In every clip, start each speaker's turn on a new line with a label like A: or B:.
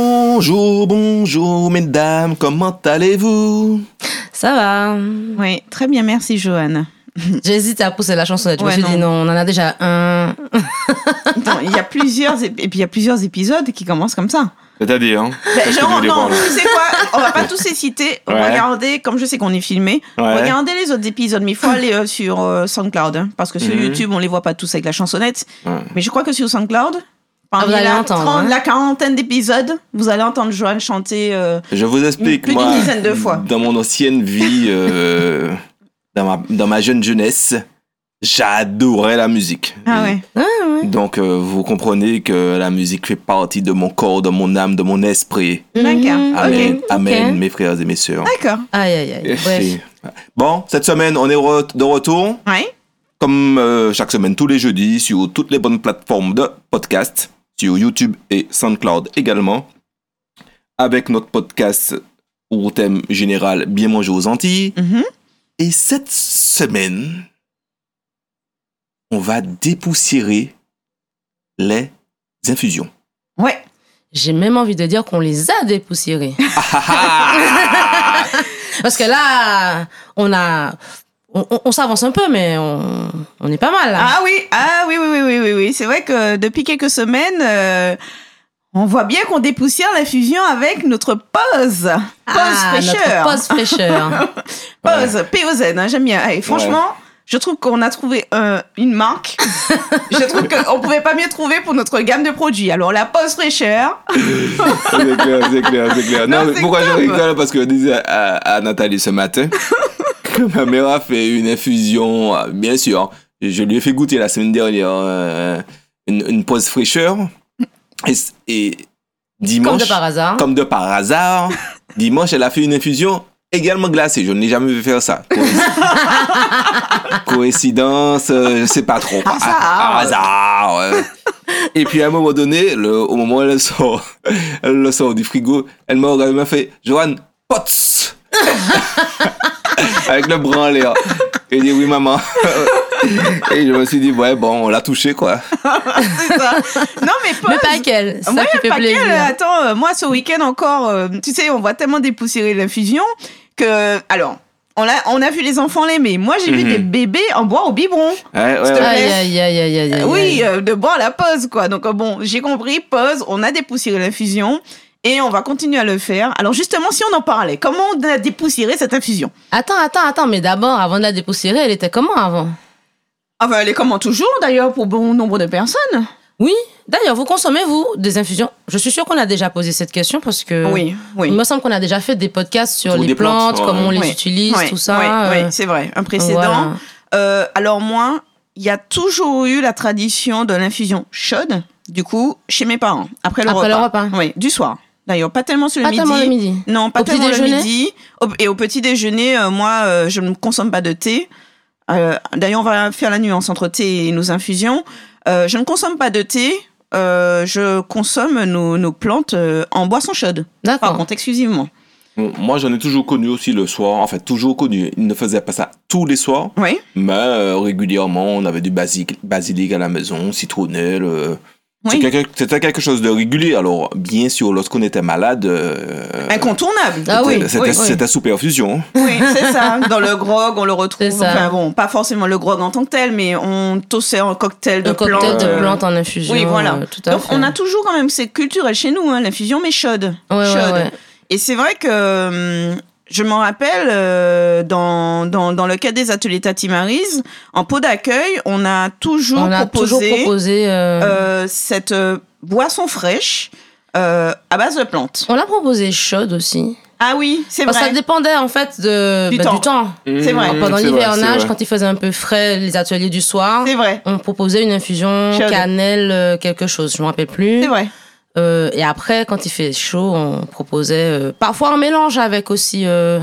A: Bonjour, bonjour, mesdames, comment allez-vous
B: Ça va.
C: Oui, très bien, merci Johan.
B: J'hésite à pousser la chansonnette. Je me
C: Ouais,
B: suis
C: non.
B: dit non, on en a déjà un.
C: Attends, il y a plusieurs ép- et puis il y a plusieurs épisodes qui commencent comme ça.
A: C'est-à-dire hein
C: Ben,
A: Qu'est-ce que vous
C: genre
A: voulez voir,
C: non,
A: là
C: tu sais quoi On va pas tous les citer.
A: Ouais.
C: Regardez, comme je sais qu'on est filmé,
A: Ouais.
C: regardez les autres épisodes. Mais il faut aller euh, sur euh, SoundCloud hein, parce que sur
A: Mhm.
C: YouTube on les voit pas tous avec la chansonnette.
A: Ouais.
C: Mais je crois que sur SoundCloud. Parmi
B: Ah, vous allez
C: la,
B: entendre,
C: 30,
B: hein.
C: la quarantaine d'épisodes, vous allez entendre Johan chanter. euh,
A: Je vous explique,
C: Plus d'une
A: moi,
C: dizaine de fois.
A: dans mon ancienne vie, euh, dans, ma, dans ma jeune jeunesse, j'adorais la musique.
C: Ah ouais.
B: Ouais, ouais.
A: Donc, euh, vous comprenez que la musique fait partie de mon corps, de mon âme, de mon esprit.
C: D'accord.
B: Mhm,
A: Amen,
B: ok,
A: amen,
B: ok.
A: mes frères et mes sœurs.
C: D'accord.
B: Aïe, aïe, aïe. Bref.
A: Et- Bon, cette semaine, on est re- de retour,
C: Ouais.
A: comme euh, chaque semaine, tous les jeudis, sur toutes les bonnes plateformes de podcast, sur YouTube et SoundCloud également, avec notre podcast au thème général Bien manger aux Antilles.
C: Mhm.
A: Et cette semaine, on va dépoussiérer les infusions.
C: Ouais.
B: J'ai même envie de dire qu'on les a dépoussiérés. Parce que là, on a. On, on- on s'avance un peu, mais on, on est pas mal là.
C: Ah oui, ah oui, oui, oui, oui, oui, oui. C'est vrai que depuis quelques semaines, euh, on voit bien qu'on dépoussière la fusion avec notre pause. Ah, Pause fraîcheur.
B: Ah, Notre pause fraîcheur.
C: Pause, POZ, hein, j'aime bien. Allez, franchement, je trouve qu'on a trouvé euh, une marque. je trouve qu'on pouvait pas mieux trouver pour notre gamme de produits. Alors la pause fraîcheur,
A: C'est clair, c'est clair, c'est clair. Non,
C: Non,
A: mais
C: c'est
A: pourquoi je
C: top.
A: rigole Parce que je disais à, à Nathalie ce matin que ma mère a fait une infusion, euh, bien sûr. Je lui ai fait goûter la semaine dernière euh, une, une pause fraîcheur. Et, s- et dimanche,
B: Comme de par hasard.
A: comme de par hasard, dimanche, elle a fait une infusion également glacée. Je ne l'ai jamais vu faire ça. Coïnc- Coïncidence, euh, je sais pas trop.
C: Hasard.
A: Ah, hasard. ouais. Et puis à un moment donné, le- au moment où elle sort, elle le sort du frigo, elle m'a regardé, elle m'a fait Johan, POTS Avec le bras en l'air. Et dit oui maman. Et je me suis dit ouais bon on l'a touché quoi.
C: c'est ça. Non mais pause.
B: Mais pas qu'elle. Ça
C: Ah, Moi,
B: qui fait
C: pas qu'elle,
B: plaisir.
C: attends, euh, moi, ce week-end encore, euh, tu sais, on voit tellement dépoussiérer l'infusion que, alors, on a, on a vu les enfants l'aimer. Moi, j'ai vu
A: Mhm.
C: des bébés en boire au biberon.
A: Ouais, ouais,
C: S'il te
A: ouais.
C: plaît.
B: Aïe, aïe, aïe, aïe, aïe, aïe.
C: euh, Oui, euh, de boire la pause, quoi. Donc, euh, bon, j'ai compris, pause, on a dépoussiéré l'infusion et on va continuer à le faire. Alors, justement, si on en parlait, comment on a dépoussiéré cette infusion
B: Attends, attends, attends, mais d'abord, avant de la dépoussiérer, elle était comment avant
C: Enfin, Ah, bah, elle est comment toujours, d'ailleurs, pour bon nombre de personnes
B: Oui, d'ailleurs, vous consommez, vous, des infusions Je suis sûre qu'on a déjà posé cette question parce que.
C: Oui, oui.
B: Il me semble qu'on a déjà fait des podcasts sur
A: Sur
B: les
A: des plantes,
B: plantes,
A: ouais.
B: comment on les
C: Oui,
B: utilise,
C: oui,
B: tout ça.
C: oui, oui,
B: euh,
C: c'est vrai, un précédent.
B: voilà.
C: Euh, alors moi, il y a toujours eu la tradition de l'infusion chaude, du coup, chez mes parents, après le
B: Après le
C: repas.
B: repas.
C: Oui, du soir. D'ailleurs, pas tellement sur le
B: Pas
C: midi.
B: tellement le midi.
C: Non, pas
B: Au petit
C: tellement le
B: déjeuner
C: midi. Au- Et au petit déjeuner, euh, moi, euh, je ne consomme pas de thé. Euh, D'ailleurs, on va faire la nuance entre thé et nos infusions. Euh, je ne consomme pas de thé. euh, je consomme nos, nos plantes euh, en boisson chaude. Par
B: D'accord.
C: contre, exclusivement.
A: Bon, Moi j'en ai toujours connu aussi le soir. En fait toujours connu. Il ne faisait pas ça tous les soirs,
C: Oui.
A: mais euh, régulièrement on avait du basilic, basilic à la maison, citronnelle. euh,
C: Oui.
A: C'est quelque- C'était quelque chose de régulier. Alors, bien sûr, lorsqu'on était malade, euh,
C: Incontournable.
B: Ah oui,
A: c'était
B: oui, oui.
A: c'était sous perfusion. hein.
C: Oui, c'est ça. Dans le grog, on le retrouve.
B: C'est ça.
C: Enfin bon, pas forcément le grog en tant que tel, mais on tossait un cocktail de
B: Le cocktail
C: plantes.
B: de
C: euh,
B: plantes en infusion.
C: Oui, voilà.
B: euh, tout à
C: Donc
B: fait.
C: on a toujours quand même, c'est culturel chez nous, hein, l'infusion, mais chaude.
B: Ouais, ouais,
C: chaude.
B: ouais.
C: Et c'est vrai que euh, je m'en rappelle, euh, dans, dans, dans le cas des ateliers Tatimarise, en pot d'accueil, on a toujours
B: On a toujours
C: proposé
B: proposé. euh,
C: euh, cette euh, boisson fraîche euh, à base de plantes.
B: On l'a proposé chaude aussi.
C: Ah oui, c'est
B: Parce que Oh, ça
C: vrai.
B: dépendait en fait de,
C: Du
B: bah,
C: temps. C'est vrai.
B: Pendant
A: Mmh, c'est vrai, c'est
B: l'hivernage,
A: vrai.
B: quand il faisait un peu frais, les ateliers du soir,
C: C'est vrai.
B: on proposait une infusion
C: Chaude.
B: cannelle, euh, quelque chose, je me rappelle plus.
C: C'est vrai.
B: Euh, et après, quand il fait chaud, on proposait euh, parfois un mélange avec aussi euh,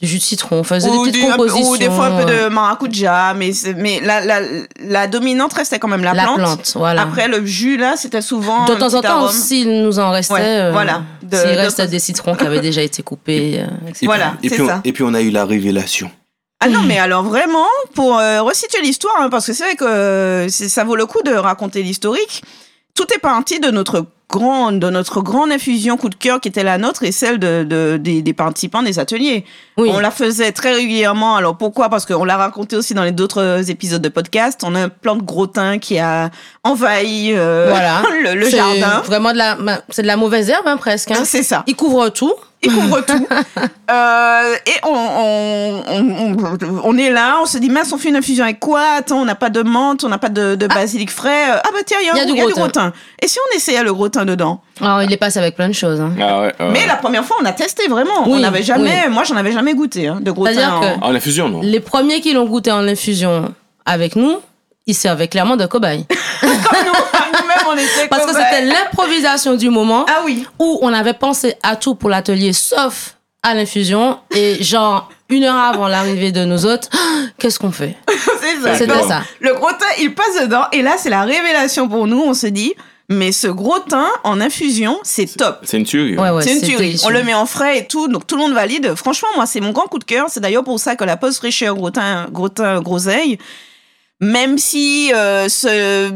B: du jus de citron. On faisait des petites
C: du- un peu-
B: compositions.
C: ou des fois un peu
B: euh,
C: de maracuja, mais, c'est- mais la, la, la dominante restait quand même la,
B: la plante. voilà.
C: Après, le jus, là, c'était souvent.
B: de
C: un
B: temps en
C: petit
B: temps,
C: arôme.
B: s'il nous en restait,
C: Ouais,
B: euh,
C: voilà. De-
B: s'il
C: de-
B: restait des citrons qui avaient déjà été coupés. euh, etc.
A: Et
C: Voilà,
A: puis- et
C: c'est
A: puis on-
C: ça.
A: et puis on a eu la révélation.
C: Ah non, mais alors vraiment, pour euh, resituer l'histoire, hein, parce que c'est vrai que euh, c'est- ça vaut le coup de raconter l'historique, tout est parti de notre grande, de notre grande infusion coup de cœur qui était la nôtre et celle de, de- des, des participants des ateliers.
B: Oui.
C: On la faisait très régulièrement. Alors pourquoi Parce qu'on l'a raconté aussi dans les d'autres euh, épisodes de podcast. On a un plan de gros thym qui a envahi euh,
B: Voilà.
C: le, le
B: C'est
C: jardin.
B: Vraiment de la, ma- c'est de la mauvaise herbe hein, presque. hein.
C: C'est ça.
B: Il couvre tout.
C: Il couvre tout. Euh, et on, on, on, on- on est là, on se dit, mince, on fait une infusion avec quoi Attends, on n'a pas de menthe, on n'a pas de, de basilic frais. Euh, Ah bah tiens, il y a, un-
B: du
C: il y a
B: gros
C: du gros thym. Et si on essayait le gros thym dedans
B: Alors il les passe avec plein de choses. hein.
A: Ah ouais, ouais.
C: Mais la première fois, on a testé vraiment. on
B: Oui,
C: n'avait jamais, moi, j'en avais jamais goûté hein, de gros
B: C'est-à-dire
C: thym. en-
A: En infusion, Ah, non
B: Les premiers qui l'ont goûté en infusion avec nous, ils servaient clairement de cobaye.
C: Comme nous, Ah, nous-mêmes, on était
B: Parce que
C: comme-
B: c'était l'improvisation du moment
C: Ah oui.
B: où on avait pensé à tout pour l'atelier sauf à l'infusion et genre une heure avant l'arrivée de nos hôtes, qu'est-ce qu'on fait
C: C'est ça.
A: C'était
C: Donc,
B: ça.
C: Le gros thym, il passe dedans. Et là, c'est la révélation pour nous. On se dit, mais ce gros thym en infusion, c'est top.
A: C'est une tuerie.
B: Ouais, ouais,
C: c'est une tuerie.
B: délicieux.
C: On le met en frais et tout, donc tout le monde valide. Franchement, moi, c'est mon grand coup de cœur. C'est d'ailleurs pour ça que la pause fraîcheur, gros thym, gros thym, groseille, même si euh, ce,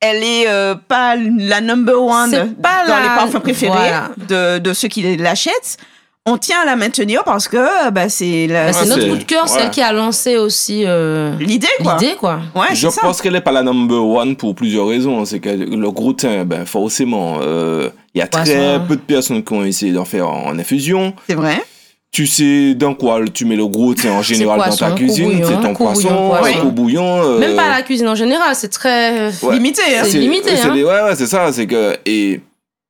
C: elle est euh, pas la number one
B: C'est pas
C: dans
B: la-
C: les parfums préférés
B: voilà.
C: de, de ceux qui l'achètent, on tient à la maintenir parce que bah, c'est la-
B: Bah, c'est
A: Ouais,
B: notre
A: c'est-
B: coup de cœur,
A: ouais.
B: celle qui a lancé aussi euh,
C: l'idée, quoi.
B: l'idée, quoi.
C: Ouais,
A: Je
C: Ah, c'est ça.
A: pense qu'elle n'est pas la number one pour plusieurs raisons. hein. C'est que le groutin, ben, forcément, euh, il y a
B: Poisson.
A: très peu de personnes qui ont essayé d'en faire en infusion.
C: C'est vrai.
A: Tu sais dans quoi tu mets le groutin en général dans
B: poisson,
A: ta
B: coup
A: cuisine.
B: bouillon,
A: C'est ton
B: coup
A: poisson,
B: bouillon,
A: un
C: poisson.
A: coup bouillon. euh,
B: Même pas la cuisine en général, c'est très.
A: Ouais.
C: Limité, hein.
B: C'est- limité,
A: c'est
B: hein.
A: des- ouais, ouais, c'est ça. C'est que. Et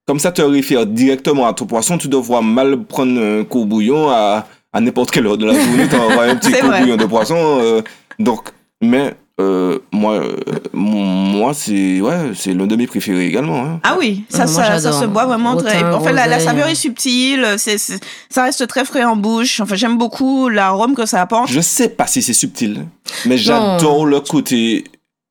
A: comme ça te réfère directement à ton poisson, tu devras mal prendre un coup bouillon à, à n'importe quelle heure de la journée. Tu un petit
C: C'est
A: coup
C: vrai.
A: bouillon de poisson. euh, donc, mais euh, moi, euh, mon- moi c'est ouais, c'est l'un de mes préférés également. hein.
C: Ah oui, ça,
B: Moi,
C: ça, ça
B: j'adore.
C: se boit vraiment
B: Gros
C: très.
B: thym,
C: En fait, la, la
B: groseille.
C: saveur est subtile, c'est c'est- ça reste très frais en bouche. Enfin, j'aime beaucoup l'arôme que ça apporte.
A: Je sais pas si c'est subtil, mais j'adore le côté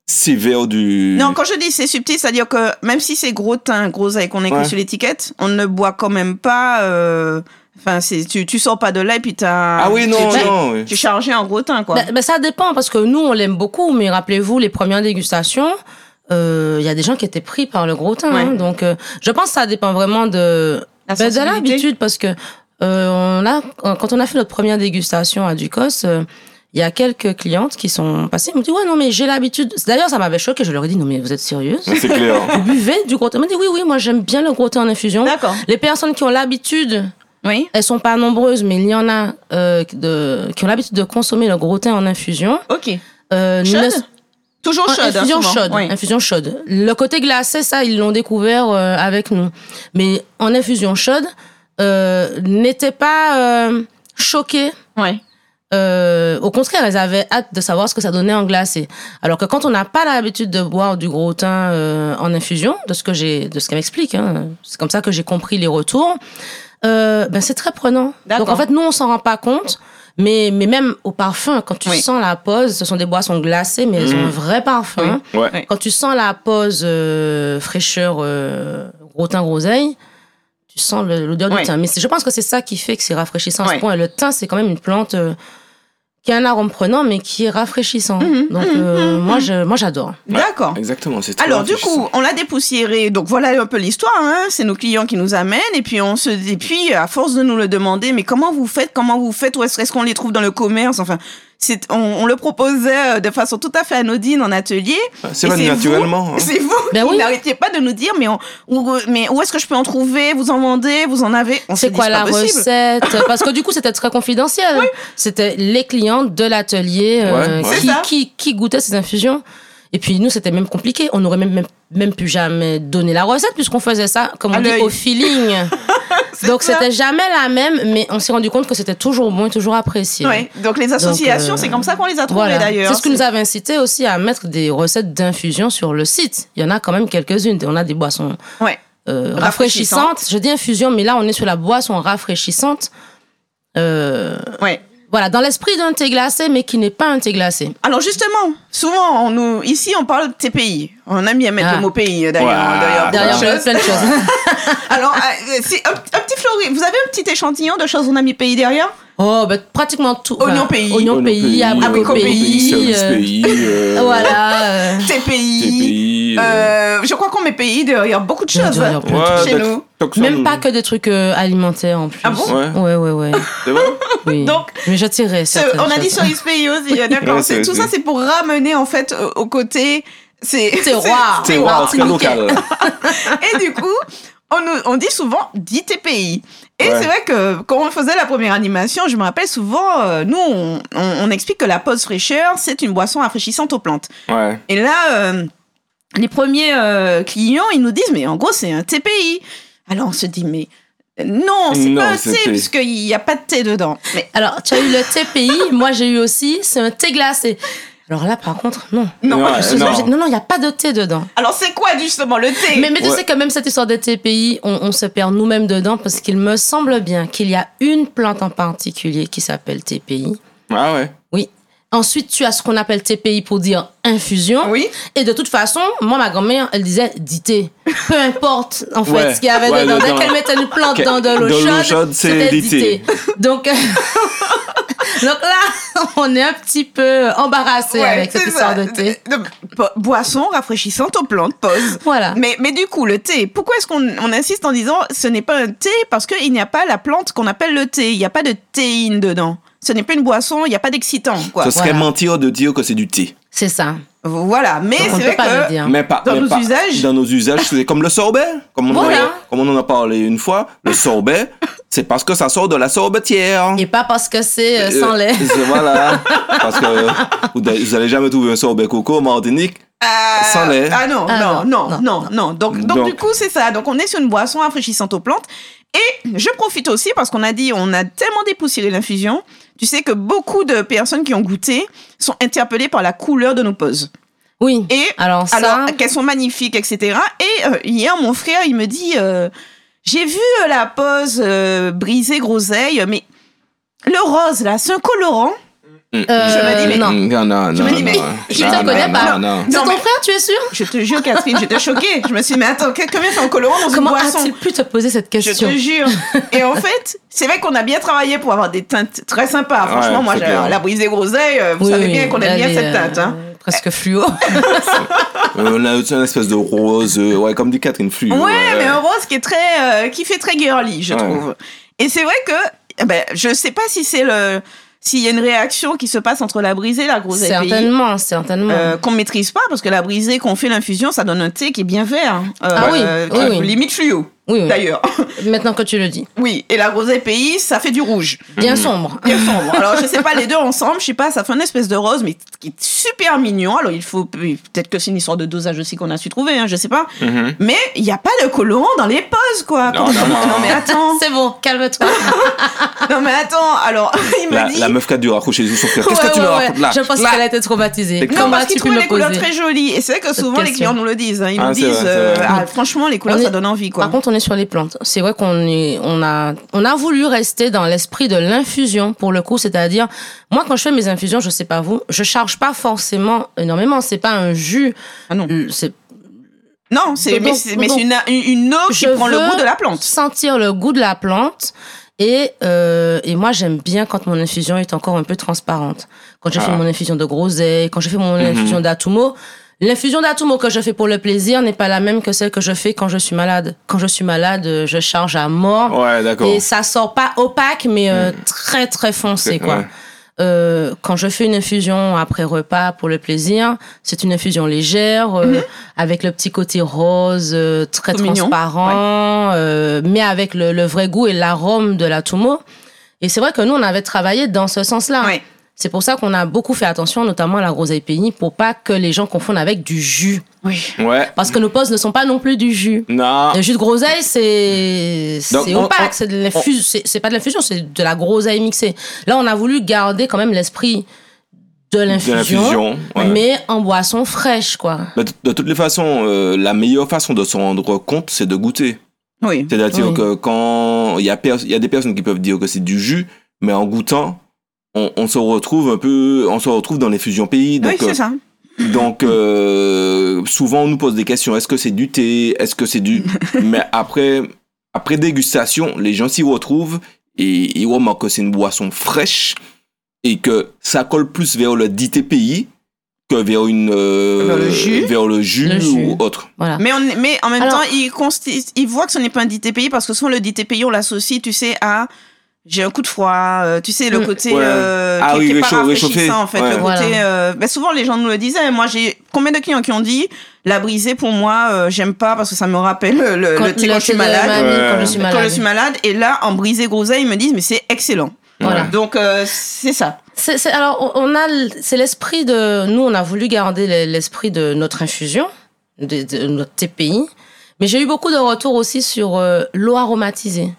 A: sévère du.
C: Non, quand je dis c'est subtil, c'est-à-dire que même si c'est gros teint, gros et qu'on écrit
A: Ouais.
C: sur l'étiquette, on ne boit quand même pas. euh, Enfin, c'est tu, tu sors pas de là et puis t'as.
A: ah oui, non,
C: tu, tu-
A: non. oui.
C: Tu es chargé en gros teint, quoi.
B: Ben, ben, ça dépend parce que nous on l'aime beaucoup, mais rappelez-vous les premières dégustations, euh, il y a des gens qui étaient pris par le gros thym.
C: Ouais.
B: hein. donc euh, je pense que ça dépend vraiment de,
C: La
B: ben, de
C: sensibilité.
B: l'habitude parce que euh, on a, quand on a fait notre première dégustation à Ducos, euh, il y a quelques clientes qui sont passées, ils m'ont dit ouais non mais j'ai l'habitude. D'ailleurs ça m'avait choqué, je leur ai dit non mais vous êtes sérieuse
A: C'est clair.
B: Vous buvez du gros thym Ils m'ont dit oui oui moi j'aime bien le gros thym en infusion.
C: D'accord.
B: Les personnes qui ont l'habitude
C: Oui.
B: elles sont pas nombreuses, mais il y en a euh, de, qui ont l'habitude de consommer le gros thym en infusion.
C: Ok.
B: Euh,
C: Chaude
B: ne-
C: Toujours
B: en
C: chaude. hein,
B: infusion
C: souvent.
B: chaude.
C: Oui.
B: Infusion chaude. Le côté glacé, ça, ils l'ont découvert euh, avec nous. Mais en infusion chaude, euh, n'étaient pas euh, choqués.
C: Ouais.
B: Euh, au contraire, elles avaient hâte de savoir ce que ça donnait en glacé. Alors que quand on n'a pas l'habitude de boire du gros thym euh, en infusion, de ce que j'ai, de ce qu'elle m'explique, hein, c'est comme ça que j'ai compris les retours. euh, ben c'est très prenant.
C: D'accord.
B: Donc en fait, nous on s'en rend pas compte, mais mais même au parfum, quand tu
C: Oui. Mmh.
B: sens la pause, ce sont des boissons glacées, mais elles ont un vrai parfum.
C: Oui.
A: Ouais.
C: Oui.
B: Quand tu sens la pause euh, fraîcheur euh, gros thym groseille, tu sens le- l'odeur
C: Ouais.
B: du thym. Mais c'est- je pense que c'est ça qui fait que c'est rafraîchissant à ce
C: Ouais.
B: point. Et le thym, c'est quand même une plante euh, qui a un arôme prenant, mais qui est rafraîchissant.
C: Mhm.
B: Donc euh, moi, je, moi, j'adore.
C: D'accord.
A: Exactement. C'est très
C: Alors du
A: rafraîchissant.
C: coup, on l'a dépoussiéré. Donc voilà un peu l'histoire. Hein. C'est nos clients qui nous amènent et puis on se et puis à force de nous le demander, mais comment vous faites Comment vous faites Où est-ce est-ce qu'on les trouve dans le commerce Enfin, c'est on, on le proposait euh, de façon tout à fait anodine en atelier.
A: c'est
C: Et
A: pas
C: vous-
A: naturellement. hein.
C: C'est vous
B: Ben
C: qui
B: oui.
C: n'arrêtiez pas de nous dire, mais on- où, euh, mais où est-ce que je peux en trouver Vous en vendez Vous en avez On s'est
B: C'est
C: dit,
B: quoi la
C: pas possible.
B: recette Parce que du coup, c'était très confidentiel. C'était les clientes de l'atelier
A: Ouais,
B: euh,
A: ouais.
B: qui,
C: C'est ça.
B: qui, qui goûtaient ces infusions. Et puis nous, c'était même compliqué. On n'aurait même, même, même plus jamais donné la recette puisqu'on faisait ça, comme on
C: À
B: dit,
C: l'œil.
B: au feeling. Donc
C: ça.
B: c'était jamais la même, mais on s'est rendu compte que c'était toujours bon et toujours apprécié.
C: Ouais. Donc les associations,
B: euh,
C: c'est comme ça qu'on les a trouvées
B: Voilà.
C: d'ailleurs.
B: C'est ce qui nous avait incité aussi à mettre des recettes d'infusion sur le site. Il y en a quand même quelques-unes. On a des boissons
C: Ouais.
B: euh,
C: Rafraîchissantes.
B: rafraîchissantes. Je dis infusion, mais là, on est sur la boisson rafraîchissante. Euh,
C: Ouais.
B: voilà, dans l'esprit d'un thé glacé, mais qui n'est pas un thé glacé.
C: Alors justement, souvent on nous ici on parle de TPI. On aime bien mettre
B: Ah.
C: le mot pays d'ailleurs.
A: Ouah.
C: d'ailleurs, pour
B: Derrière,
C: autre chose.
B: plein de choses.
C: Alors, euh, c'est un, un petit fleuri. Vous avez un petit échantillon de choses qu'on a mis pays derrière
B: Oh, ben, pratiquement tout.
C: Oignon
B: Voilà.
C: pays.
B: Oignon pays, abricot
A: abricot
B: pays.
A: service
B: euh,
A: pays, euh,
B: Voilà. euh,
C: TPI,
A: TPI, pays. euh,
C: Euh, je crois qu'on met pays derrière beaucoup de
B: Il y a
C: choses
B: du rien,
A: ouais,
B: peut-être.
C: chez
A: donc-
C: nous.
A: donc ça
B: Même
A: nous-
B: pas que des trucs euh, alimentaires en plus.
C: Ah bon
A: Ouais.
B: Ouais, ouais, ouais.
A: C'est vrai
B: Oui.
C: Donc,
B: mais je tirais.
C: Ce- on a dit cerise pays aussi, euh, d'accord.
A: Ouais,
C: C'est- tout
A: cerise
C: ça,
A: pays.
C: c'est pour ramener en fait au, au côté. C'est
B: C'est roi.
A: C'est wow, très local.
C: Et du coup, on, nous- on dit souvent dit tes pays. Et
A: Ouais.
C: c'est vrai que quand on faisait la première animation, je me rappelle souvent, euh, nous, on, on- on explique que la pause fraîcheur, c'est une boisson rafraîchissante aux plantes.
A: Ouais.
C: Et là, euh, les premiers euh, clients, ils nous disent, mais en gros, c'est un TPI. Alors on se dit, mais euh, non, c'est
A: Non,
C: pas un
A: c'est
C: thé,
A: thé.
C: puisqu'il n'y a pas de thé dedans. Mais,
B: Alors, tu as eu le thé pays, moi j'ai eu aussi, c'est un thé glacé. Alors là, par contre, non.
C: non,
A: Non,
B: Je
A: euh,
B: suis obligée- Non, non, il n'y a pas de thé dedans.
C: alors c'est quoi justement le thé
B: Mais, mais tu
A: Ouais.
B: sais que même cette histoire de thé pays, on, on se perd nous-mêmes dedans parce qu'il me semble bien qu'il y a une plante en particulier qui s'appelle thé pays.
A: Ah ouais.
B: Oui. Ensuite, tu as ce qu'on appelle TPI pour dire infusion.
C: Oui.
B: Et de toute façon, moi, ma grand-mère, elle disait dité. Peu importe, en fait,
A: Ouais.
B: ce qu'il y avait
A: Ouais,
B: dedans.
A: dedans.
B: Dès qu'elle mettait une plante
A: Ok.
B: dans de
A: Dans
B: l'eau chaude,
A: c'est
B: c'était
A: dité.
B: dité. Donc, euh, donc là, on est un petit peu embarrassé
C: Ouais,
B: avec cette
C: c'est
B: histoire
C: ça.
B: de thé.
C: De- de- bo- boisson rafraîchissante aux plantes, pause.
B: Voilà.
C: Mais, mais du coup, le thé, pourquoi est-ce qu'on on insiste en disant ce n'est pas un thé Parce qu'il n'y a pas la plante qu'on appelle le thé. Il n'y a pas de théine dedans. Ce n'est pas une boisson, il n'y a pas d'excitant. quoi.
A: Ce serait
B: Voilà.
A: mentir de dire que c'est du thé.
B: C'est ça.
C: Voilà, mais
B: on ne
C: c'est
B: peut
C: vrai
B: pas le
C: que.
B: dire.
A: Mais pas,
C: Dans
A: mais
C: nos
A: pas-
C: usages
A: Dans nos usages, c'est comme le sorbet. Comme on, en,
B: Voilà.
A: comme on en a parlé une fois, le sorbet, c'est parce que ça sort de la sorbetière.
B: Et pas parce que c'est euh,
A: Euh,
B: sans lait.
A: c'est- Voilà. Parce que vous n'allez vous allez jamais trouver un sorbet coco en Martinique.
C: Euh,
A: Sans lait.
C: Ah non,
B: Ah
C: non,
B: non,
C: non, non, non, Donc, donc,
A: Donc.
C: du coup, c'est ça. Donc, on est sur une boisson rafraîchissante aux plantes. Et je profite aussi parce qu'on a dit, on a tellement dépoussiéré l'infusion. Tu sais que beaucoup de personnes qui ont goûté sont interpellées par la couleur de nos poses.
B: Oui.
C: Et
B: Alors ça,
C: alors qu'elles sont magnifiques, etc. Et euh, hier, mon frère, il me dit, euh, j'ai vu euh, la pose euh, brisée groseille, mais le rose là, c'est un colorant.
B: euh,
C: je me dis, mais-
B: non.
A: Non, non,
C: Je me
A: non,
C: dis, mais
A: non.
B: je
A: Non,
B: te
A: non,
B: connais pas.
A: non, non.
B: C'est
C: Non,
B: ton
C: mais-
B: frère, tu es sûr
C: Je te jure, Catherine, j'étais choquée. Je me suis dit, mais attends, que- combien fait un colorant dans
B: Comment
C: une boisson
B: a-t-il pu te poser cette
C: Je te
B: question
C: jure. Et en fait, c'est vrai qu'on a bien travaillé pour avoir des teintes très sympas. Franchement,
A: Ouais,
C: moi,
A: c'est
C: j'ai-
A: clair.
C: la brise des groseilles, euh, vous
B: Oui,
C: savez
B: oui,
C: bien qu'on aime
B: elle
C: bien
B: est,
C: cette teinte.
B: euh,
C: Hein.
B: Presque fluo.
A: Euh, On a aussi une espèce de rose, euh, ouais, comme dit Catherine euh, Flu.
C: Ouais, mais
B: oh.
C: un rose qui est très, euh, qui fait très girly, je
A: Ouais.
C: trouve. Et c'est vrai que, eh ben, je sais pas si c'est le, s'il y a une réaction qui se passe entre la brisée et la groseille. pays,
B: certainement, certainement.
C: euh, qu'on maîtrise pas parce que la brisée qu'on fait l'infusion ça donne un thé qui est bien vert Euh,
B: Ah oui,
C: euh,
B: oui, oui.
C: limite fluo
B: oui, oui.
C: d'ailleurs
B: maintenant que tu le dis.
C: oui et la groseille pays ça fait du rouge
B: Bien sombre.
C: bien sombre. Alors, je sais pas, les deux ensemble, je sais pas, ça fait une espèce de rose, mais qui est super mignon. Alors, il faut, peut-être que c'est une histoire de dosage aussi qu'on a su trouver, hein, je sais pas.
A: Mhm.
C: Mais il n'y a pas de colorant dans les poses,
B: Ah,
C: quoi.
A: Non, non, non.
C: mais attends,
B: C'est bon, calme-toi.
C: non, mais attends. Alors, il me
A: La,
C: dit.
A: la meuf qui a dû raccrocher sur son frère. Qu'est-ce
B: Ouais,
A: que tu
B: ouais,
A: me
B: ouais.
A: racontes là
B: Je pense
A: Là.
B: qu'elle a été traumatisée.
A: Non,
C: Non,
B: Comment
C: parce
B: as-tu
C: qu'ils
B: pu
C: trouvent
B: me
C: les couleurs
B: poser
C: très jolies. Et c'est vrai que souvent, les
B: question.
C: clients nous le disent. hein. Ils
A: Ah,
C: nous
A: c'est
C: disent,
A: vrai, c'est
C: euh,
A: vrai.
C: ah, franchement, les couleurs,
B: On est-
C: ça donne envie, quoi.
B: Par contre, on est sur les plantes. C'est vrai qu'on est, on a, on a voulu rester dans l'esprit de l'infusion pour le coup, c'est-à-dire moi quand je fais mes infusions, je sais pas vous, je charge pas forcément énormément. C'est pas un jus.
C: Ah non.
B: C'est
C: Non, c'est,
B: Donc,
C: mais c'est, mais
B: donc,
C: c'est une, une une eau qui
B: je
C: prend le
B: veux-
C: goût de la plante.
B: sentir le goût de la plante. Et, euh, et moi, j'aime bien quand mon infusion est encore un peu transparente. Quand j'ai
A: Ah.
B: fait mon infusion de groseille, quand j'ai fait
C: Mhm.
B: mon infusion d'atumo, l'infusion d'atumo que je fais pour le plaisir n'est pas la même que celle que je fais quand je suis malade. Quand je suis malade, euh, je charge à mort.
A: Ouais, d'accord. Hmm.
B: Et ça sort pas opaque, mais euh, très très foncé, quoi.
A: Ouais.
B: Euh, quand je fais une infusion après repas pour le plaisir, c'est une infusion légère, euh, avec le petit côté rose, euh, très
C: Tout Mhm. mignon,
B: transparent, euh, mais avec le, le vrai goût et l'arôme de la tumo. Et c'est vrai que nous, on avait travaillé dans ce sens-là.
C: Ouais.
B: C'est pour ça qu'on a beaucoup fait attention, notamment à la groseille pays, pour pas que les gens confondent avec du jus.
C: Oui.
A: Ouais.
B: Parce que nos poses ne sont pas non plus du jus.
A: Non.
B: Le jus de groseille, c'est
A: Ah. Donc,
B: c'est
A: on-
B: opaque,
A: on-
B: c'est de l'infusion, c'est c'est pas de l'infusion, c'est de la groseille mixée. Là, on a voulu garder quand même l'esprit de
A: De
B: l'infusion,
A: l'infusion. ouais.
B: mais en boisson fraîche, quoi.
A: Mais de- de toutes les façons, euh, la meilleure façon de s'en rendre compte, c'est de goûter.
C: Oui.
A: C'est-à-dire
B: Oui.
A: que quand il y, a pers- il y a des personnes qui peuvent dire que c'est du jus, mais en goûtant, on, on se retrouve un peu, on se retrouve dans les fusions pays.
C: Oui,
A: Donc,
C: c'est ça.
A: euh, donc euh, souvent on nous pose des questions. Est-ce que c'est du thé Est-ce que c'est du Mais après, après dégustation, les gens s'y retrouvent et ils remarquent que c'est une boisson fraîche et que ça colle plus vers le dité pays que vers une euh,
C: Vers le jus.
A: vers le jus
B: Le jus.
A: ou autre.
B: Voilà.
C: Mais, on, mais en même
B: Ah. Alors-
C: temps, il, consti- il voit que ce n'est pas un DTPI parce que souvent le DTPI, on l'associe, tu sais, à j'ai un coup de froid, euh, tu sais, le
B: Mm.
C: côté
A: Ouais.
C: euh,
A: Ah
C: qui,
A: oui,
C: qui est pas
A: réchaud-
C: rafraîchissant,
A: réchauffé.
C: en fait.
A: Ouais.
C: Le
B: Voilà.
C: côté, euh, ben, souvent, les gens nous le disaient. Moi, j'ai combien de clients qui ont dit la brisée pour moi, euh, j'aime pas parce que ça me rappelle le, le thé quand je suis
B: de
C: malade.
B: mamie,
A: Ouais.
B: quand je suis malade.
C: Quand je suis malade, et là, en brisée groseille, ils me disent, mais c'est excellent.
B: Voilà.
C: Donc, euh, c'est ça.
B: C'est, c'est- alors, on on a, l- c'est l'esprit de, nous, on a voulu garder le- l'esprit de notre infusion, de, de notre TPI. Mais j'ai eu beaucoup de retours aussi sur euh, l'eau aromatisée.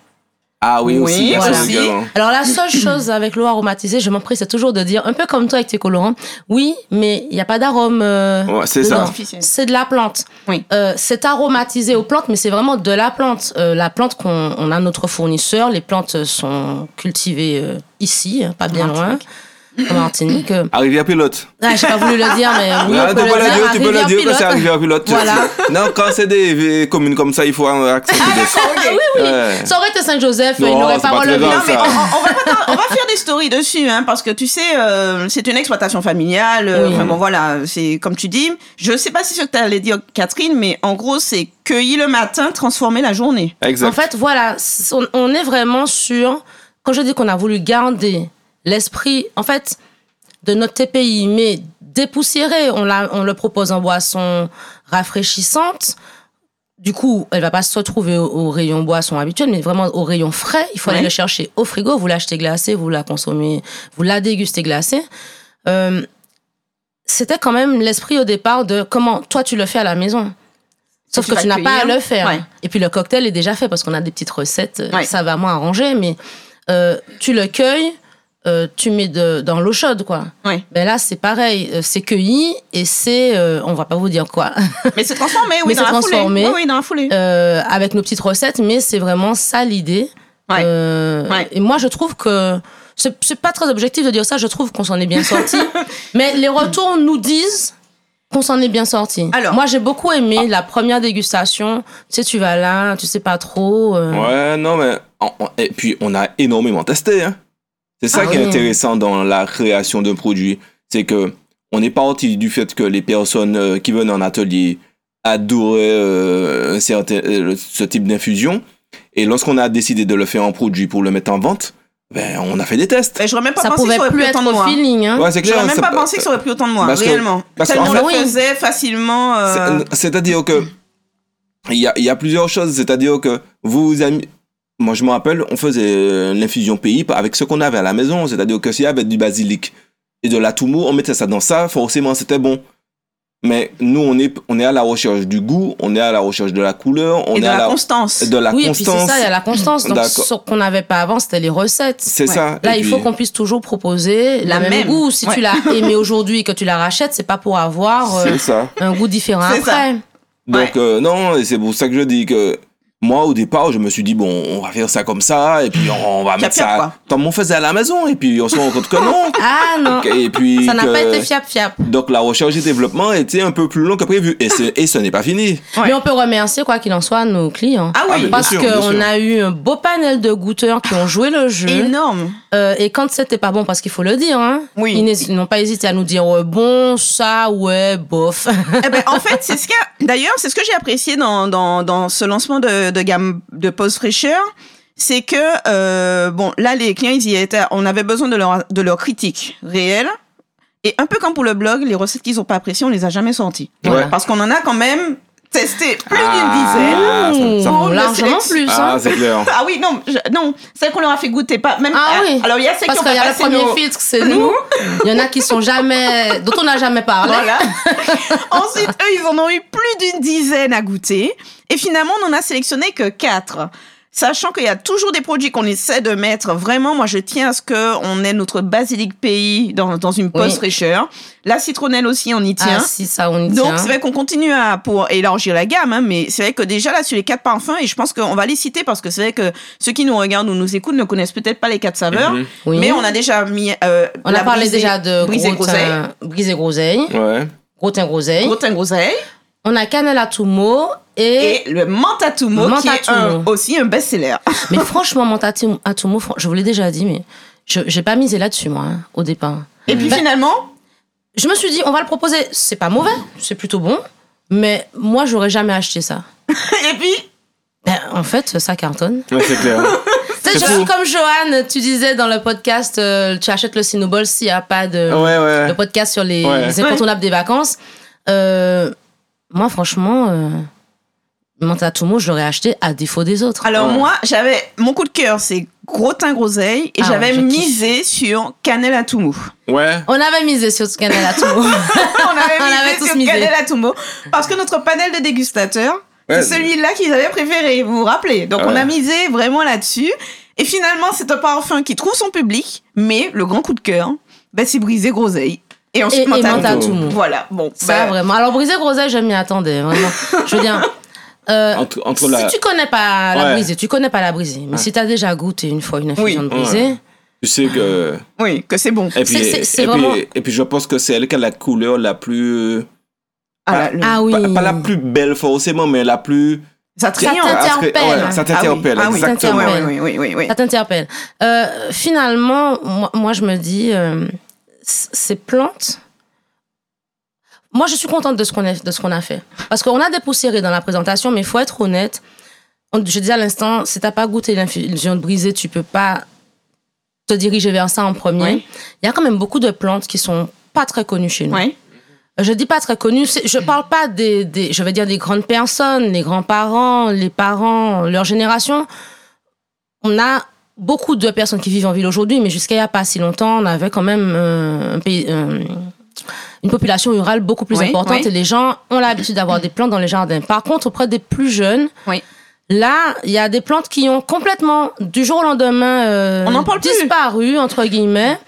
A: Ah oui,
C: Oui,
A: aussi, il y a
B: voilà.
A: ça
C: aussi.
A: également.
B: Alors, la seule chose avec l'eau aromatisée, je m'en prie, c'est toujours de dire, un peu comme toi avec tes colorants, oui, mais il n'y a pas d'arôme. euh,
A: Ouais, c'est
B: dedans.
A: ça.
C: Artificiel.
B: C'est de la plante.
C: Oui.
B: Euh, c'est aromatisé aux plantes, mais c'est vraiment de la plante. Euh, la plante qu'on on a notre fournisseur. Les plantes euh, sont cultivées euh, ici, hein, pas bien loin, en Martinique. Euh,
A: À Rivière-Pilote.
B: ah, j'ai pas voulu le dire, mais oui,
A: Ah,
B: on
A: tu
B: peut
A: peux
B: le
A: le dire,
B: dire.
A: tu peux le dire que c'est à
B: Rivière-Pilote.
A: Rivière-Pilote.
B: Voilà.
A: Non, quand c'est des euh, communes comme ça, il faut un accès
B: Ah, oui, oui.
A: Ouais.
B: Ça aurait été Saint-Joseph, il
A: Non,
B: n'aurait
A: c'est
B: pas
A: pas très
B: relevé.
A: grave.
C: Non, mais
A: ça.
C: on, on- on va, pas- on va faire des stories dessus, hein, parce que tu sais, euh, c'est une exploitation familiale. euh,
B: Oui.
C: enfin, bon, voilà, c'est comme tu dis. Je sais pas si c'est ce que tu allais dire, Catherine, mais en gros, c'est cueillir le matin, transformer la journée.
A: Exact.
B: En fait, voilà, c- on, on est vraiment sur. Quand je dis qu'on a voulu garder l'esprit, en fait, de notre TPI, mais dépoussiéré, on, la- on le propose en boisson rafraîchissante. Du coup, elle va pas se retrouver au, au rayon boisson habituel, mais vraiment au rayon frais. Il faut aller
C: Ouais.
B: le chercher au frigo. Vous l'achetez glacé, vous la consommez, vous la dégustez glacée. Euh, c'était quand même l'esprit au départ de comment toi tu le fais à la maison. Sauf
C: Tu
B: que
C: vas
B: tu n'as pas à
C: cueillir.
B: le faire.
C: Ouais.
B: Et puis le cocktail est déjà fait parce qu'on a des petites recettes, euh,
C: Ouais.
B: ça va moins arranger, mais euh, tu le cueilles, euh, tu mets de, dans l'eau chaude, quoi.
C: Ouais.
B: Ben là, c'est pareil, euh, c'est cueilli et c'est, euh, on va pas vous dire quoi,
C: Mais c'est transformé, oui,
B: Mais
C: dans
B: c'est
C: la
B: transformé.
C: foulée. Oui, oui, dans la foulée.
B: euh, avec nos petites recettes, mais c'est vraiment ça l'idée.
C: Ouais.
B: Euh,
C: Ouais.
B: Et moi, je trouve que c'est c'est pas très objectif de dire ça. Je trouve qu'on s'en est bien sorti, mais les retours nous disent qu'on s'en est bien sorti.
C: Alors. Ah.
B: moi, j'ai beaucoup aimé la première dégustation. Tu sais, tu vas là, tu sais pas trop. euh,
A: Ouais, non, mais. on- on- et puis, on a énormément testé. hein. C'est ça
B: Ah
A: qui est
B: oui.
A: intéressant dans la création d'un produit. C'est que on est parti du fait que les personnes euh, qui viennent en atelier adoraient euh, un certain- euh, ce type d'infusion. Et lorsqu'on a décidé de le faire en produit pour le mettre en vente, ben, on a fait des tests.
C: Et j'aurais même pas
B: Ça
C: pensé que
B: pouvait
C: ça aurait
B: plus
C: pris autant
B: être
C: de
B: au
C: moi.
B: feeling. hein.
A: Ouais, c'est clair,
C: J'aurais même
A: ça-
C: pas pensé que ça aurait pris autant de moi,
A: Parce que-
C: réellement.
A: parce
C: Tellement
A: qu'en
C: on le
B: fait-
C: faisait facilement. euh,
A: C'est- C'est-à-dire que il y a, il y a plusieurs choses. C'est-à-dire que vous vous ami- Moi, je me rappelle, on faisait euh, l'infusion pays avec ce qu'on avait à la maison. C'est-à-dire que s'il y avait du basilic et de la toumou, on mettait ça dans ça. Forcément, c'était bon. Mais nous, on est, on est à la recherche du goût, on est à la recherche de la couleur, on
C: et
A: est
C: de
A: à
C: la
A: la,
C: constance.
A: de la
B: oui, et puis
A: constance.
B: c'est ça, il y a la constance. Donc,
A: D'accord.
B: ce qu'on n'avait pas avant, c'était les recettes.
A: C'est
C: Ouais.
A: ça.
B: Là,
A: Et
B: il
A: puis-
B: faut qu'on puisse toujours proposer la,
C: La
B: même,
C: même.
B: goût. Si
C: Ouais.
B: tu l'as aimé aujourd'hui et que tu la rachètes, c'est pas pour avoir euh,
A: C'est ça.
B: un goût différent
C: C'est ça.
B: après.
A: Donc, euh, non, et c'est pour ça que je dis que moi, au départ, je me suis dit, bon, on va faire ça comme ça, et puis on, on va mettre
C: Fiap, fiap,
A: ça
C: quoi.
A: comme on faisait à la maison, et puis on se rend compte que non.
B: Ah non,
A: Et puis
B: ça n'a
A: que-
B: pas été fiable, fiable.
A: Donc, euh, la recherche et développement était un peu plus long que prévu, et, c'est- et ce n'est pas fini.
C: Ouais.
B: Mais on peut remercier, quoi qu'il en soit, nos clients.
C: Ah
A: Ah, mais
C: oui,
A: bien
B: Parce
A: sûr, bien
B: qu'on
A: sûr.
B: a eu un beau panel de goûteurs qui ont joué le jeu.
C: énorme.
B: Euh, et quand c'était pas bon, parce qu'il faut le dire, hein,
C: Oui.
B: ils n'hési- ils n'ont pas hésité à nous dire euh, bon, ça, ouais, bof.
C: Eh ben, en fait, c'est ce qu'il y a- D'ailleurs, c'est ce que j'ai apprécié dans, dans, dans ce lancement de, de gamme de pause fraîcheur. C'est que, euh, bon, là, les clients, ils y étaient. On avait besoin de leur, de leur critique réelle. Et un peu comme pour le blog, les recettes qu'ils n'ont pas appréciées, on les a jamais sorties.
B: Voilà.
C: Parce qu'on en a quand même testé plus
A: Ah,
C: d'une dizaine.
A: ça- ça-
B: Ouh,
C: le
B: largement
C: sélection.
B: plus. hein.
A: Ah, c'est clair.
C: Ah oui, non, je- non, celles qu'on leur a fait goûter, pas même.
B: Ah oui.
C: Alors, il y a celles
B: Parce
C: qui ont
B: qu'il y
C: pas
B: a le
C: passé
B: premier
C: nos-
B: filtre, c'est nous. Il y en a qui sont jamais, dont on n'a jamais parlé.
C: Voilà. Ensuite, eux, ils en ont eu plus d'une dizaine à goûter. Et finalement, on n'en a sélectionné que quatre. Sachant qu'il y a toujours des produits qu'on essaie de mettre. Vraiment, moi, je tiens à ce qu'on ait notre basilic pays dans, dans une pause
B: Oui.
C: fraîcheur. La citronnelle aussi, on y
B: Ah,
C: tient.
B: si, ça, on y
C: Donc,
B: tient.
C: c'est vrai qu'on continue à, pour élargir la gamme, hein, mais c'est vrai que déjà, là, sur les quatre parfums, et je pense qu'on va les citer parce que c'est vrai que ceux qui nous regardent ou nous écoutent ne connaissent peut-être pas les quatre saveurs,
A: Mhm.
B: Oui.
C: mais on a déjà mis, euh,
B: On
C: la
B: a parlé
C: brisée-
B: déjà de euh,
C: brisée groseille,
B: grotin- brisé groseille,
A: Ouais.
B: grotin groseille.
C: grotin groseille,
B: On a cannelle à tout mot et
C: et le Mantatumo, qui est
B: Mantatumo.
C: un- aussi un best-seller.
B: Mais franchement, mon tatou- à tout mot, fran- je vous l'ai déjà dit, mais je j'ai pas misé là-dessus, moi, hein, au départ.
C: Et puis
B: Ben,
C: finalement,
B: je me suis dit, on va le proposer. C'est pas mauvais, c'est plutôt bon, mais moi, j'aurais jamais acheté ça.
C: Et puis,
B: Ben, en fait, ça cartonne.
A: Ouais, c'est clair.
B: Tu sais,
A: C'est
B: je-
A: fou.
B: comme Johan, tu disais dans le podcast, euh, tu achètes le Cinobol s'il n'y a pas de.
A: Ouais, ouais.
B: le podcast sur les,
A: Ouais.
B: les incontournables des vacances. Euh, moi, franchement, euh, Montatumo, je l'aurais acheté à défaut des autres.
C: alors
A: Ouais.
C: moi, j'avais mon coup de cœur, c'est gros teint groseille, et
B: Ah
C: j'avais
B: ouais, je kiffe.
C: misé sur cannelle à tout mou.
A: Ouais.
B: On avait misé sur ce canal à Tumo.
C: on avait,
B: On
C: misé
B: avait tous
C: sur
B: misé.
C: cannelle à tout mou, parce que notre panel de dégustateurs,
A: Ouais.
C: c'est celui-là qu'ils avaient préféré, vous vous rappelez. Donc on
A: Ouais.
C: a misé vraiment là-dessus, et finalement, c'est un parfum qui trouve son public, mais le grand coup de cœur, ben, c'est brisé groseille. Et
B: et,
C: ensuite,
B: et Manta
A: Tumo.
B: Tumo.
C: Voilà, bon.
B: Ça,
C: ben,
B: vraiment. Alors, Brisé Groseille, je m'y attendais, vraiment. Je veux dire. euh,
A: Entre, entre
B: si
A: la.
B: tu connais pas la
A: Ouais.
B: brisée, tu connais pas la brisée. Mais si t'as déjà goûté une fois une infusion
C: Oui.
B: de brisée,
A: Tu sais que.
C: Oui, que c'est bon.
A: Et puis,
B: C'est- c'est- c'est
A: et,
B: vraiment-
A: puis, et puis, je pense que c'est elle qui a la couleur la plus.
C: Ah, là, le-
B: ah oui,
A: Pas, pas la plus belle forcément, mais la plus.
C: Ça
B: Ça
C: triomphe.
A: Ah,
B: t'intéresse.
A: parce que-
B: T'interpelle.
A: ouais, ça
C: Ah oui,
A: t'interpelle,
C: ah oui,
A: exactement.
B: t'interpelle.
C: Oui, oui, oui, oui, oui.
B: ça t'interpelle. Euh, finalement, moi, moi, je me dis, euh, c- ces plantes. Moi, je suis contente de ce qu'on a, de ce qu'on a fait. Parce qu'on a dépoussiéré dans la présentation, mais il faut être honnête. On- Je disais à l'instant, si t'as pas goûté l'infusion de brisée, tu peux pas te diriger vers ça en premier. Il
C: Oui.
B: y a quand même beaucoup de plantes qui sont pas très connues chez nous.
C: Oui.
B: Je dis pas très connu, c'est- je parle pas des, des, je vais dire des grandes personnes, les grands-parents, les parents, leur génération. On a beaucoup de personnes qui vivent en ville aujourd'hui, mais jusqu'à il y a pas si longtemps, on avait quand même euh, un pays, euh, une population rurale beaucoup plus
C: Oui,
B: importante
C: oui.
B: et les gens ont l'habitude d'avoir des plantes dans les jardins. Par contre, auprès des plus jeunes,
C: Oui.
B: là, il y a des plantes qui ont complètement, du jour au lendemain, euh,
C: On en parle plus.
B: disparu, entre guillemets.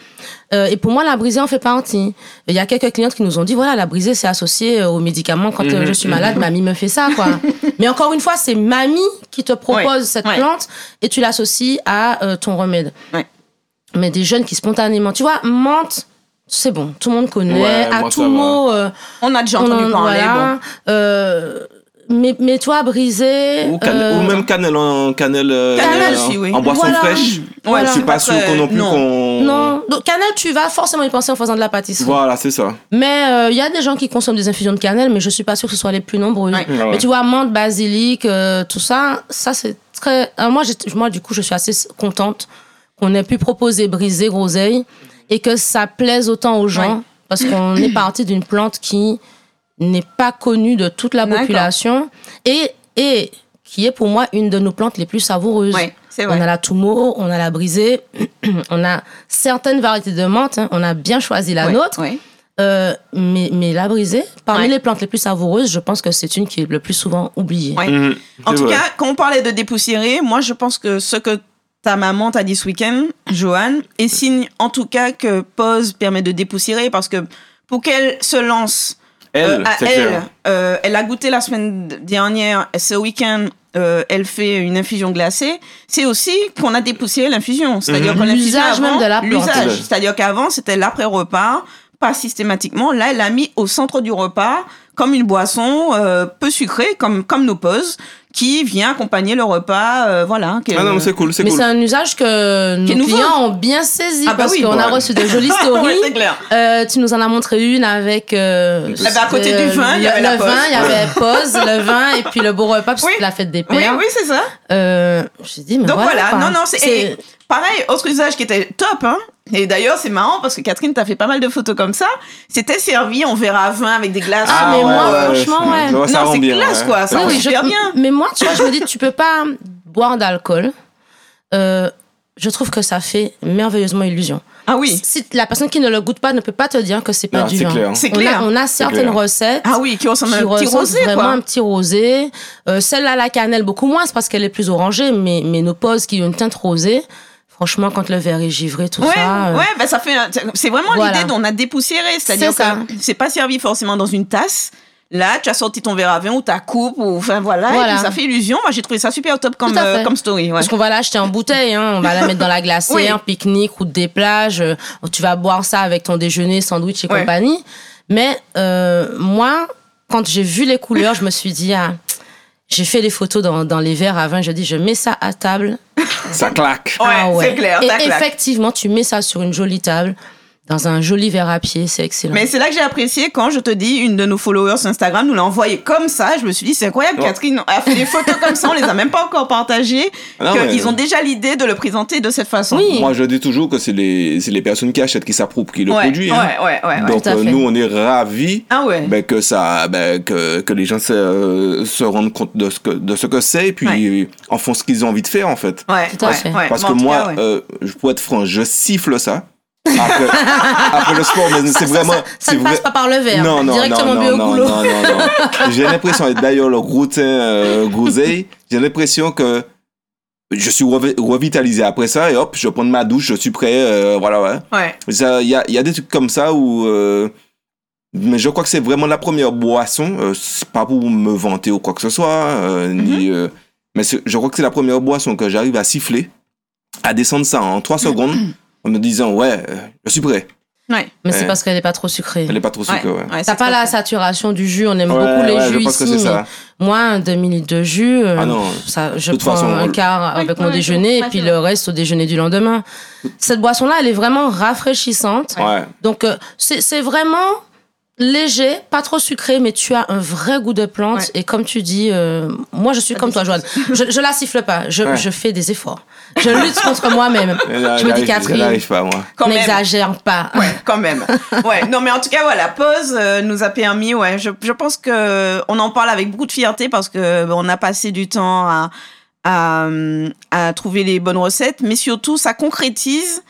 B: Euh, et pour moi, la brisée en fait partie. Il y a quelques clientes qui nous ont dit, voilà, la brisée, c'est associé euh, aux médicaments. Quand euh,
A: Mhm,
B: je
C: Mm-hmm.
B: suis malade, mamie me fait ça, quoi. Mais encore une fois, c'est mamie qui te propose
C: Ouais,
B: cette
C: ouais.
B: plante et tu l'associes à euh, ton remède.
C: Ouais.
B: Mais des jeunes qui spontanément, tu vois, mentent, c'est bon, tout le monde connaît.
A: Ouais,
B: à
A: moi,
B: tout
A: ça va.
B: mot, euh,
C: On a déjà
B: on
C: entendu
B: en-
C: parler.
B: voilà. Euh, mais, mais toi, brisée...
A: Ou, canne-
B: euh,
A: ou même cannelle en, cannelle, euh,
C: Cannelle
A: en-
C: aussi, oui.
A: en boisson
B: Voilà.
A: fraîche.
C: Bon. Voilà.
A: Je suis pas
C: Après,
A: sûr qu'on non plus
C: non.
A: qu'on.
B: Non, donc cannelle, tu vas forcément y penser en faisant de la pâtisserie.
A: Voilà, c'est ça.
B: Mais euh, il y a des gens qui consomment des infusions de cannelle, mais je suis pas sûre que ce soit les plus nombreuses.
C: Ouais.
A: Ah ouais.
B: Mais tu vois, menthe, basilic, euh, tout ça, ça c'est très. euh, moi, j'ai- moi, du coup, je suis assez contente qu'on ait pu proposer briser groseille et que ça plaise autant aux gens
C: Ouais.
B: parce qu'on est parti d'une plante qui n'est pas connue de toute la
C: D'accord.
B: population et, et qui est pour moi une de nos plantes les plus savoureuses.
C: Oui, c'est
B: On
C: vrai.
B: a la Toumo, on a la brisée, on a certaines variétés de menthe, hein. on a bien choisi la
C: Ouais,
B: nôtre.
C: ouais.
B: Euh, mais, mais la brisée, parmi
C: Ouais.
B: les plantes les plus savoureuses, je pense que c'est une qui est le plus souvent oubliée.
C: Ouais.
A: Mhm,
C: En
A: c'est
C: tout
A: vrai.
C: cas, quand on parlait de dépoussiérer, moi, je pense que ce que ta maman t'a dit ce week-end, Joanne, est signe en tout cas que pause permet de dépoussiérer parce que pour qu'elle se lance euh,
A: elle,
C: à
A: c'est
C: elle,
A: clair.
C: euh, elle a goûté la semaine dernière, ce week-end, euh, elle fait une infusion glacée. C'est aussi qu'on a dépoussiéré l'infusion. C'est-à-dire
A: Mhm.
C: qu'on l'infusion
B: L'usage
C: avant-
B: même de la plante.
C: L'usage.
A: Ouais.
C: C'est-à-dire qu'avant, c'était l'après-repas, pas systématiquement. Là, elle l'a mis au centre du repas, comme une boisson euh, peu sucrée, comme, comme nos pauses, qui vient accompagner le repas. euh, voilà. que-
A: Ah non, mais c'est cool, c'est
B: Mais
A: cool.
B: c'est un usage que
C: Qui est
B: nos
C: nouveau.
B: clients ont bien saisi
C: Ah bah
B: parce
C: oui,
B: qu'on a
A: ouais.
B: reçu de jolies
C: Ouais,
B: stories.
C: c'est clair.
B: Euh, tu nous en as montré une avec. euh,
A: Eh
C: ben, à côté du vin, il y
B: le-
C: avait la
B: le
C: pause.
B: vin, il y avait pause, le vin et puis le beau repas parce que
C: Oui.
B: c'était la fête des
C: Oui,
B: pères.
C: oui, c'est ça.
B: Euh, J'ai dit mais
C: Donc voilà,
B: quoi.
C: non, non, c'est- et- Pareil, autre usage qui était top, hein. Et d'ailleurs, c'est marrant parce que Catherine, t'as fait pas mal de photos comme ça. C'était servi en verre à vin avec des glaces.
B: Ah, mais moi, franchement, ouais. Ah
A: Ça, ça
C: Non,
A: rend
C: c'est
A: bien,
C: classe,
A: ouais.
C: quoi, ça
A: Ouais.
B: Oui,
C: rend-
B: je-
C: super bien.
B: Mais moi, tu vois, je me dis, tu peux pas boire d'alcool. Euh, je trouve que ça fait merveilleusement illusion.
C: Ah oui.
B: Si la personne qui ne le goûte pas ne peut pas te dire que c'est pas
A: Non,
B: du
A: c'est
B: vin.
A: clair.
C: C'est
B: On a,
C: clair.
B: on a certaines
A: clair.
B: recettes.
C: Ah oui, qui ressemble
B: Qui
C: à un petit
B: ressentent
C: rosé,
B: vraiment
C: quoi.
B: un petit rosé. Euh, Celle-là, à la cannelle, beaucoup moins, c'est parce qu'elle est plus orangée, mais, mais nos poses qui ont une teinte rosée, franchement, quand le verre est givré, tout
C: Ouais,
B: ça. euh,
C: ouais, bah ça fait. un- C'est vraiment
B: Voilà.
C: l'idée d'on a dépoussiéré, c'est-à-dire
B: C'est ça.
C: que c'est pas servi forcément dans une tasse. Là, tu as sorti ton verre à vin ou ta coupe ou enfin voilà, et
B: Voilà.
C: puis ça fait illusion. Moi, j'ai trouvé ça super top comme
B: Tout à
C: euh,
B: fait.
C: comme story. Ouais.
B: Parce qu'on va l'acheter en bouteille, hein. on va la mettre dans la glacière,
C: Oui.
B: pique-nique, route des plages. euh, Tu vas boire ça avec ton déjeuner, sandwich et
C: Ouais.
B: compagnie. Mais euh, moi, quand j'ai vu les couleurs, je me suis dit, ah, j'ai fait les photos dans, dans les verres à vin. Je dis, je mets ça à table.
A: Ça claque.
C: Ouais,
B: Ah
C: c'est clair,
B: Et
C: ça claque.
B: effectivement, tu mets ça sur une jolie table. dans un joli verre à pied, c'est excellent.
C: Mais c'est là que j'ai apprécié quand je te dis, une de nos followers sur Instagram nous l'a envoyé comme ça. Je me suis dit, c'est incroyable,
A: Ouais.
C: Catherine a fait des photos comme ça, on les a même pas encore partagées.
A: Ah non,
C: que
A: mais-
C: Ils ont déjà l'idée de le présenter de cette façon.
B: Oui.
A: Moi, je dis toujours que c'est les, c'est les personnes qui achètent qui s'approprient le
C: ouais,
A: produit.
C: ouais,
A: hein.
C: ouais, ouais, ouais.
A: Donc,
B: Tout à
A: euh,
B: fait.
A: nous, on est ravis
C: Ah ouais.
A: ben, que, ça, ben, que, que les gens se, euh, se rendent compte de ce que, de ce que c'est et puis
C: Ouais.
A: en font ce qu'ils ont envie de faire, en fait.
C: ouais,
B: Tout à
C: ouais,
B: fait.
C: ouais.
A: Parce
C: Mais
A: que
C: en tout
A: moi,
C: cas, ouais.
A: euh, je- pour être franc, je siffle ça. Après, après le sport, mais
B: Ça-
A: c'est
B: ça-
A: vraiment.
B: ça, ça
A: c'est
B: ne
A: vrai-
B: passe pas par le verre.
A: non, non,
B: directement
A: non,
B: bu au
A: non,
B: goulot.
A: non, non, non, non. J'ai l'impression, et d'ailleurs, le route euh, groseille, j'ai l'impression que je suis revi- revitalisé après ça, et hop, je prends ma douche, je suis prêt, euh, voilà, ouais.
C: Ouais.
A: Ça, Il y a, il y a des trucs comme ça où. euh, mais je crois que c'est vraiment la première boisson, euh, c'est pas pour me vanter ou quoi que ce soit, euh, ni,
B: Mhm.
A: euh, mais c'est- je crois que c'est la première boisson que j'arrive à siffler, à descendre ça en 3 secondes, en me disant, ouais, euh, je suis prêt.
C: Ouais.
B: Mais
A: Ouais.
B: c'est parce qu'elle n'est pas trop sucrée.
A: Elle est pas trop sucrée, ouais.
C: ouais,
B: T'as
C: c'est
B: pas
C: très
B: la
C: cool.
B: saturation du jus, on aime
A: Ouais,
B: beaucoup les
A: ouais, je
B: jus
A: pense
B: ici.
A: que c'est ça.
B: mais Moi, un demi-litre de jus, euh,
A: Ah non.
B: ça, je
A: De toute
B: prends
A: façon,
B: un
A: le-
B: quart
C: Oui,
B: avec
C: oui,
B: mon
C: oui,
B: déjeuner
C: oui,
B: et puis
C: oui.
B: le reste au déjeuner du lendemain. Cette boisson-là, elle est vraiment rafraîchissante.
A: Ouais.
B: Donc, euh, c'est c'est vraiment léger, pas trop sucré, mais tu as un vrai goût de plante.
C: Ouais.
B: Et comme tu dis, euh, moi, je suis comme toi, Joanne. Je, je la siffle pas, je,
A: Ouais.
B: je fais des efforts. Je lutte contre moi-même. Je me dis,
A: Je
B: Catherine,
A: n'arrive pas, moi.
C: Quand même.
B: n'exagère pas.
C: Ouais, quand même. Ouais. Non, mais en tout cas, voilà, pause euh, nous a permis. Ouais, je, je pense que euh, on en parle avec beaucoup de fierté parce que ben, on a passé du temps à, à, euh, à trouver les bonnes recettes, mais surtout ça concrétise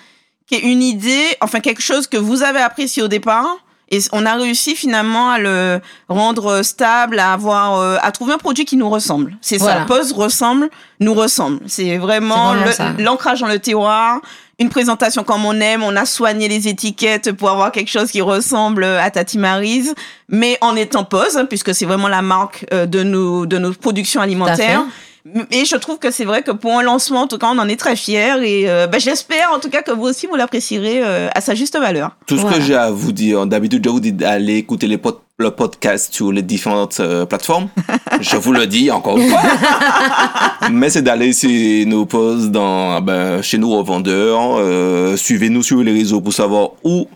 C: qui est une idée, enfin quelque chose que vous avez apprécié au départ. Et on a réussi finalement à le rendre euh, stable, à avoir, euh, à trouver un produit qui nous ressemble. C'est
B: Voilà.
C: ça. Pose ressemble, nous ressemble. C'est vraiment
B: C'est vraiment
C: le-
B: ça.
C: l'ancrage dans le terroir, une présentation comme on aime. On a soigné les étiquettes pour avoir quelque chose qui ressemble euh, à Tati Mary's, mais en étant pose, hein, puisque c'est vraiment la marque euh, de nos de nos productions alimentaires. Et je trouve que c'est vrai que pour un lancement, en tout cas, on en est très fiers. Et euh, bah, j'espère, en tout cas, que vous aussi, vous l'apprécierez euh, à sa juste valeur.
A: Tout ce
B: Voilà.
A: que j'ai à vous dire, d'habitude, je vous dis d'aller écouter les pod- le podcast sur les différentes euh, plateformes. je vous le dis encore une fois. Mais c'est d'aller sur nos pauses dans, ben, chez nos revendeurs. euh, Suivez-nous sur les réseaux pour savoir où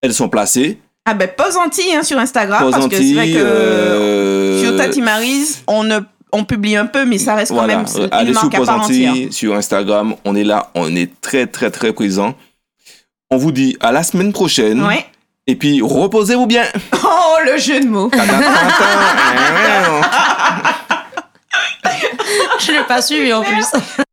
A: elles sont placées.
C: Ah ben, pose anti hein, sur Instagram,
A: Pause
C: parce que c'est vrai
A: anti,
C: que
A: euh,
C: sur Tati Mary's, on, ne- on publie un peu, mais ça reste quand
A: Voilà, euh,
C: même une
A: allez sur
C: marque à part
A: Posanti,
C: entière.
A: sur Instagram, on est là, on est très très très présent. On vous dit à la semaine prochaine.
C: Ouais.
A: Et puis reposez-vous bien.
C: Oh, le jeu de mots
B: Je l'ai pas suivi en plus.